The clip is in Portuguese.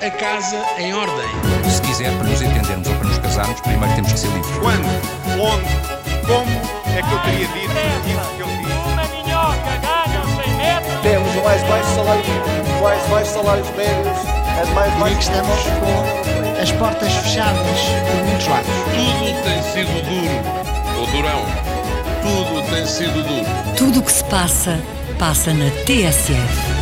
é a casa em ordem. Se quiser, para nos entendermos ou para nos casarmos, primeiro temos que ser livres. Quando, onde, como é que eu teria dito aquilo que eu disse? Uma minhoca ganha 100 metros. Temos o mais baixo salário mínimo, o mais baixos salários médios, as mais Diria que baixas. estamos com as portas fechadas por muitos lados. Tudo tem sido duro, ou durão. Tudo tem sido duro. Tudo o que se passa, passa na TSF.